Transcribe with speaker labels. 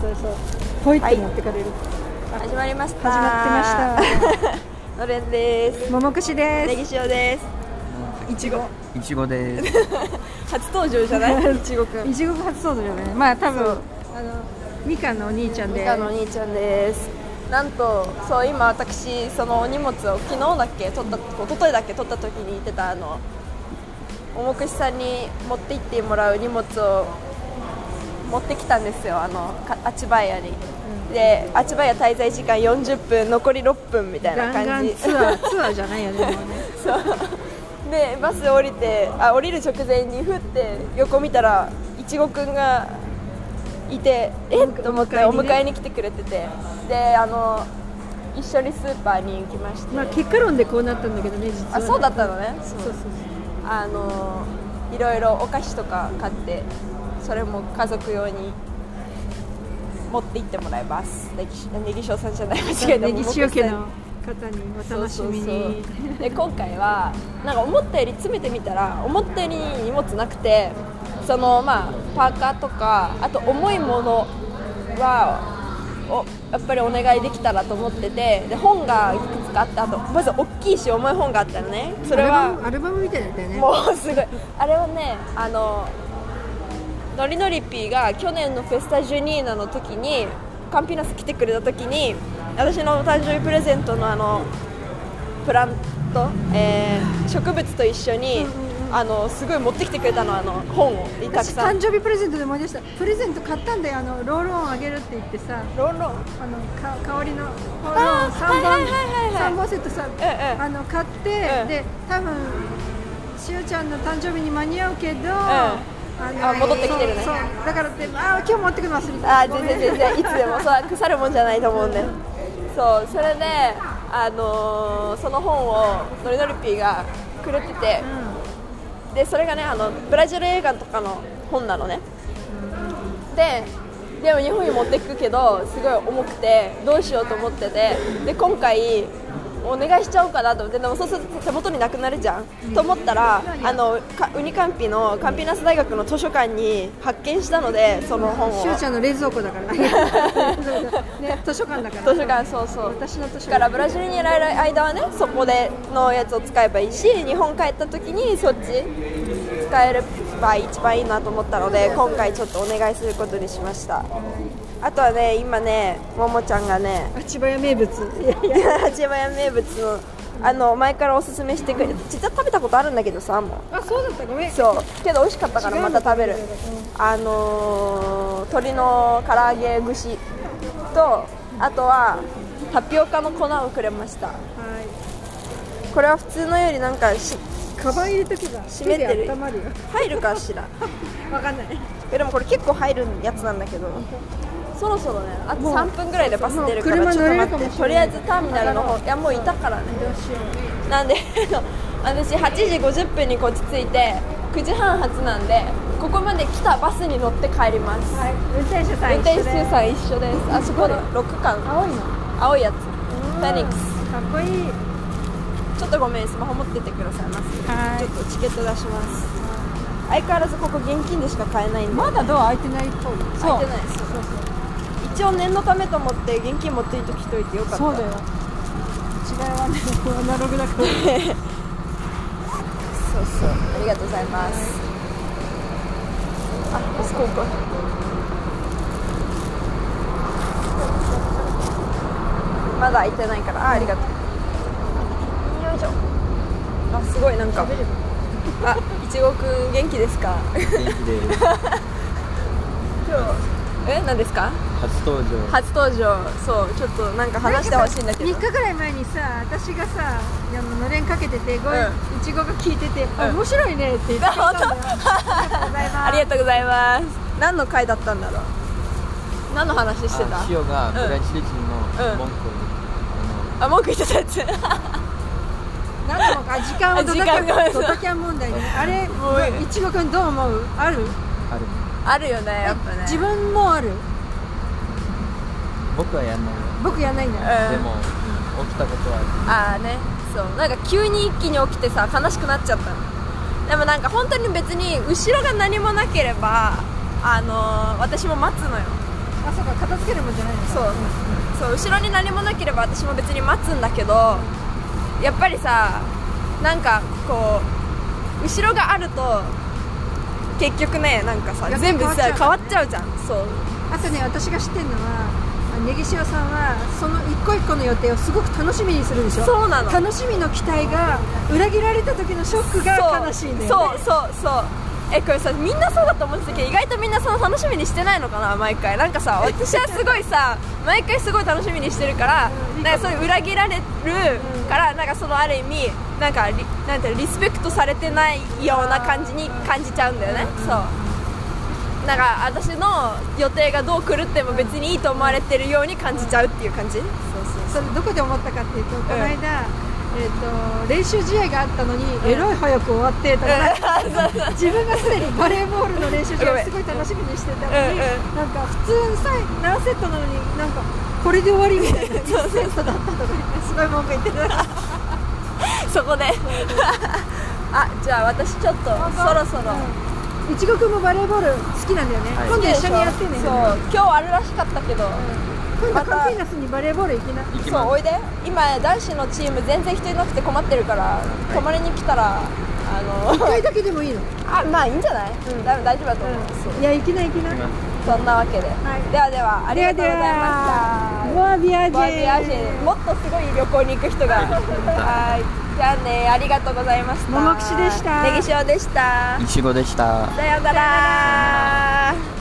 Speaker 1: そうそうポイっ
Speaker 2: は
Speaker 1: て
Speaker 2: い
Speaker 1: 持ってかれる、
Speaker 2: 始まりました
Speaker 1: 始まってまし
Speaker 2: した のれんです
Speaker 1: たももくしで
Speaker 2: ネギ塩です
Speaker 1: すいちご
Speaker 3: いちごです。
Speaker 2: 初登場 じゃないいちごくん
Speaker 1: いちごが初登場じゃないまあ多分あのみかんのお兄ちゃん
Speaker 2: み
Speaker 1: で
Speaker 2: かのお兄ちゃんですなんとそう今私そのお荷物を昨日だっけ取った一昨日だっけ取った時に言ってたあの重くしさんに持って行ってもらう荷物を持ってきたんですよあのかあちばやに、であちばや滞在時間40分残り6分みたいな感
Speaker 1: 弾丸
Speaker 2: じ
Speaker 1: ツアーツアーじゃないよねもうね
Speaker 2: そうでバス降りてあ降りる直前にふって横見たらいちごくんがいてえっと思って
Speaker 1: お
Speaker 2: お
Speaker 1: 迎えにね
Speaker 2: 迎えに来てくれててであの一緒にスーパーに行きまして、
Speaker 1: まあ結果論でこうなったんだけどね実は
Speaker 2: あそうだったのね
Speaker 1: そうそうそう
Speaker 2: あのいろいろお菓子とか買ってそれも家族用に持って行ってもらいますネギネギ塩さんじゃない間違えた
Speaker 1: ネギ塩家の
Speaker 2: も
Speaker 1: 方にお楽しみに
Speaker 2: そうそうそうで今回はなんか思ったより詰めてみたら思ったより荷物なくてそのまあパーカーとかあと重いものはおやっぱりお願いできたらと思っててで本がいくつかあってあとまず大きいし重い本があったのねそれ
Speaker 1: アルバム
Speaker 2: は
Speaker 1: アルバムみたいだったよね
Speaker 2: もうすごいあれはねあのノリノリピーが去年のフェスタジュニーナの時にカンピナス来てくれた時に私の誕生日プレゼントのあのプラント、えー植物と一緒に、あのすごい持ってきてくれたのあの本をたく
Speaker 1: 私
Speaker 2: さ
Speaker 1: 誕
Speaker 2: ん
Speaker 1: 生日プレゼントで思い出したプレゼント買ったんだよあのロールオンあげるって言ってさ
Speaker 2: ロンロン
Speaker 1: あのか香りのロールオ
Speaker 2: あ
Speaker 1: ン
Speaker 2: ーは
Speaker 1: 三本
Speaker 2: いはいはいはいはい
Speaker 1: 三本セットさ
Speaker 2: ええ
Speaker 1: あの買って
Speaker 2: ん
Speaker 1: で多分しおちゃんの誕生日に間に合うけどあの
Speaker 2: あ戻ってきてるね
Speaker 1: そうそうだからってあー今日持ってくの忘れた
Speaker 2: あー全然全然いつでもそう腐るもんじゃないと思うんでそうそれで、あのーその本をノリノリピーがくれてて、でそれがねあのブラジル映画とかの本なのねででも日本に持ってくけどすごい重くてどうしようと思っててで今回お願いしちゃおうかなと思ってでもそうすると手元になくなるじゃん、と思ったらあのかウニカンピのカンピナス大学の図書館に発見したのでその本を
Speaker 1: しおちゃんの冷蔵庫 だからね図書館だから
Speaker 2: 図書館そうそう
Speaker 1: 私の図書
Speaker 2: だから
Speaker 1: 館
Speaker 2: ブラジルにいる間はねそこでのやつを使えばいいし日本帰った時にそっち使えれば一番いいなと思ったので今回ちょっとお願いすることにしましたあとはね今ねももちゃんがね
Speaker 1: あ千葉屋名物
Speaker 2: 八幡屋名物のあの前からおすすめしてくれて実は食べたことあるんだけどさもう
Speaker 1: あそうだったごめん
Speaker 2: そうけど美味しかったからまた食べるあのー、鶏の唐揚げ串とあとはタピオカの粉をくれました
Speaker 1: はい
Speaker 2: これは普通のよりなんかし
Speaker 1: カバン入れとけば
Speaker 2: 湿ってる
Speaker 1: 手で温ま るよ
Speaker 2: 入るかし ら
Speaker 1: わかんない
Speaker 2: えでもこれ結構入るやつなんだけどそろそろねあと
Speaker 1: もう
Speaker 2: 3分ぐらいでバス出るか
Speaker 1: もう
Speaker 2: らちょっと
Speaker 1: 車乗れるかも
Speaker 2: 待っ
Speaker 1: し
Speaker 2: と
Speaker 1: てれな
Speaker 2: り
Speaker 1: い
Speaker 2: あえずターミナルの方いやもういたからね
Speaker 1: どうしよう
Speaker 2: なんで 私8時50分にこっち着いて9時半発なんでここまで来たバスに乗って帰ります、
Speaker 1: はい運転手さん
Speaker 2: 運
Speaker 1: 一緒
Speaker 2: 転
Speaker 1: で
Speaker 2: 手さん一緒ですあそこの6巻
Speaker 1: 青いの
Speaker 2: 青いやつフェニックス
Speaker 1: かっこいい
Speaker 2: ちょっとごめんスマホ持ってってくださいませ
Speaker 1: はい
Speaker 2: ちょっとチケット出します相変わらずここ現金でしか買えないんで
Speaker 1: まだドア開いてないっぽい
Speaker 2: 開いてないです一応念のためと思って現金持っていときといてよかった
Speaker 1: そうだよ違いはねこうアナログだから
Speaker 2: そうそうありがとうございますあここまだ開いてないからあありがとうよいしょあすごいなんかあいちごくん元気ですか
Speaker 3: 元気です。
Speaker 2: 今日え何ですか
Speaker 3: 初登場。
Speaker 2: 初登場そうちょっとなんか 話してほしいんだけど
Speaker 1: 3日ぐらい前にさ私がさあののれんかけててごい,、
Speaker 2: う
Speaker 1: ちごが効いてて、あ
Speaker 2: うん
Speaker 1: 面白いねって言ってくれたんだよありがとうございます
Speaker 2: ありがとうございます何の回だったんだろう何の話してた
Speaker 3: あ塩がブラジル人
Speaker 2: うん
Speaker 3: の文句を
Speaker 2: あ文句言ってたやつ
Speaker 1: 何もか時間をドタキ
Speaker 2: 時間
Speaker 1: ャ
Speaker 2: が
Speaker 1: ンドタキャン問題ねあれ
Speaker 2: もう
Speaker 1: いちごくんどう思うある
Speaker 3: あのある。
Speaker 2: あるよねやっぱね
Speaker 1: 自分もある
Speaker 3: 僕はやんないよ。
Speaker 1: 僕やんないんだよ
Speaker 2: うん
Speaker 3: でも起きたことは
Speaker 2: ああねそうなんか急に一気に起きてさ悲しくなっちゃったのでもなんか本当に別に後ろが何もなければあのー私も待つのよ
Speaker 1: あそうか片付けるもんじゃないのか
Speaker 2: そうそう後ろに何もなければ私も別に待つんだけどやっぱりさなんかこう後ろがあると結局ねなんかさ
Speaker 1: やっぱ
Speaker 2: 全部さ
Speaker 1: 変
Speaker 2: 変
Speaker 1: わ
Speaker 2: わ
Speaker 1: っ
Speaker 2: っちゃうじゃんそう
Speaker 1: あとね私が知ってるのはあのネギ塩さんはその一個一個の予定をすごく楽しみにするでしょ
Speaker 2: そうなの
Speaker 1: 楽しみの期待が裏切られた時のショックが悲しいんだよ
Speaker 2: そう
Speaker 1: ね
Speaker 2: そうそうえこれさみんなそうだと思ってたけど意外とみんなその楽しみにしてないのかな毎回なんかさ 私はすごいさ毎回すごい楽しみにしてるから、
Speaker 1: うん
Speaker 2: なんかそういう裏切られるから、なんかそのある意味なんかリなんていうのリスペクトされてないような感じに感じちゃうんだよね、そうなんか私の予定がどう狂っても別にいいと思われてるように感じちゃうっていう感じ、そうそう
Speaker 1: それどこで思ったかっていうとこの間、えー、と練習試合があったのに、えらい早く終わってとか、なんか自分がすでにバレーボールの練習試合をすごい楽しみにしてたのに、
Speaker 2: うんうん
Speaker 1: なんか普通さ何セットなのになんかこれで終わりみたい な1セットだったとか言ってすごい文句言ってた
Speaker 2: そこで あじゃあ私ちょっとそろそろ、
Speaker 1: いちごくんもバレーボール好きなんだよね、
Speaker 3: はい
Speaker 1: 今度一緒にやってね
Speaker 2: そう今日あるらしかったけど、
Speaker 1: 今
Speaker 2: ま
Speaker 1: 度
Speaker 2: た
Speaker 1: カンピーナスにバレーボール行きな
Speaker 3: 行
Speaker 2: そ
Speaker 3: き
Speaker 2: う
Speaker 3: ま
Speaker 2: お
Speaker 3: す
Speaker 2: いで今男子のチーム全然人いなくて困ってるから泊まりに来たらあ
Speaker 1: 一
Speaker 2: の
Speaker 1: 回だけでもいいの、
Speaker 2: あまあいいんじゃない、
Speaker 1: ん
Speaker 2: 多分大丈夫だと思う、そう
Speaker 1: いや行きな行きな
Speaker 3: 行きます
Speaker 2: そんなわけで、
Speaker 1: い
Speaker 2: ではではありがとうございました
Speaker 1: ボアビアジェ
Speaker 2: ボアビアジェもっとすごい旅行に行く 人がはいじゃあねありがとうございました
Speaker 1: ももくしでした
Speaker 2: ネギ塩でした
Speaker 3: いちごでした
Speaker 2: さようなら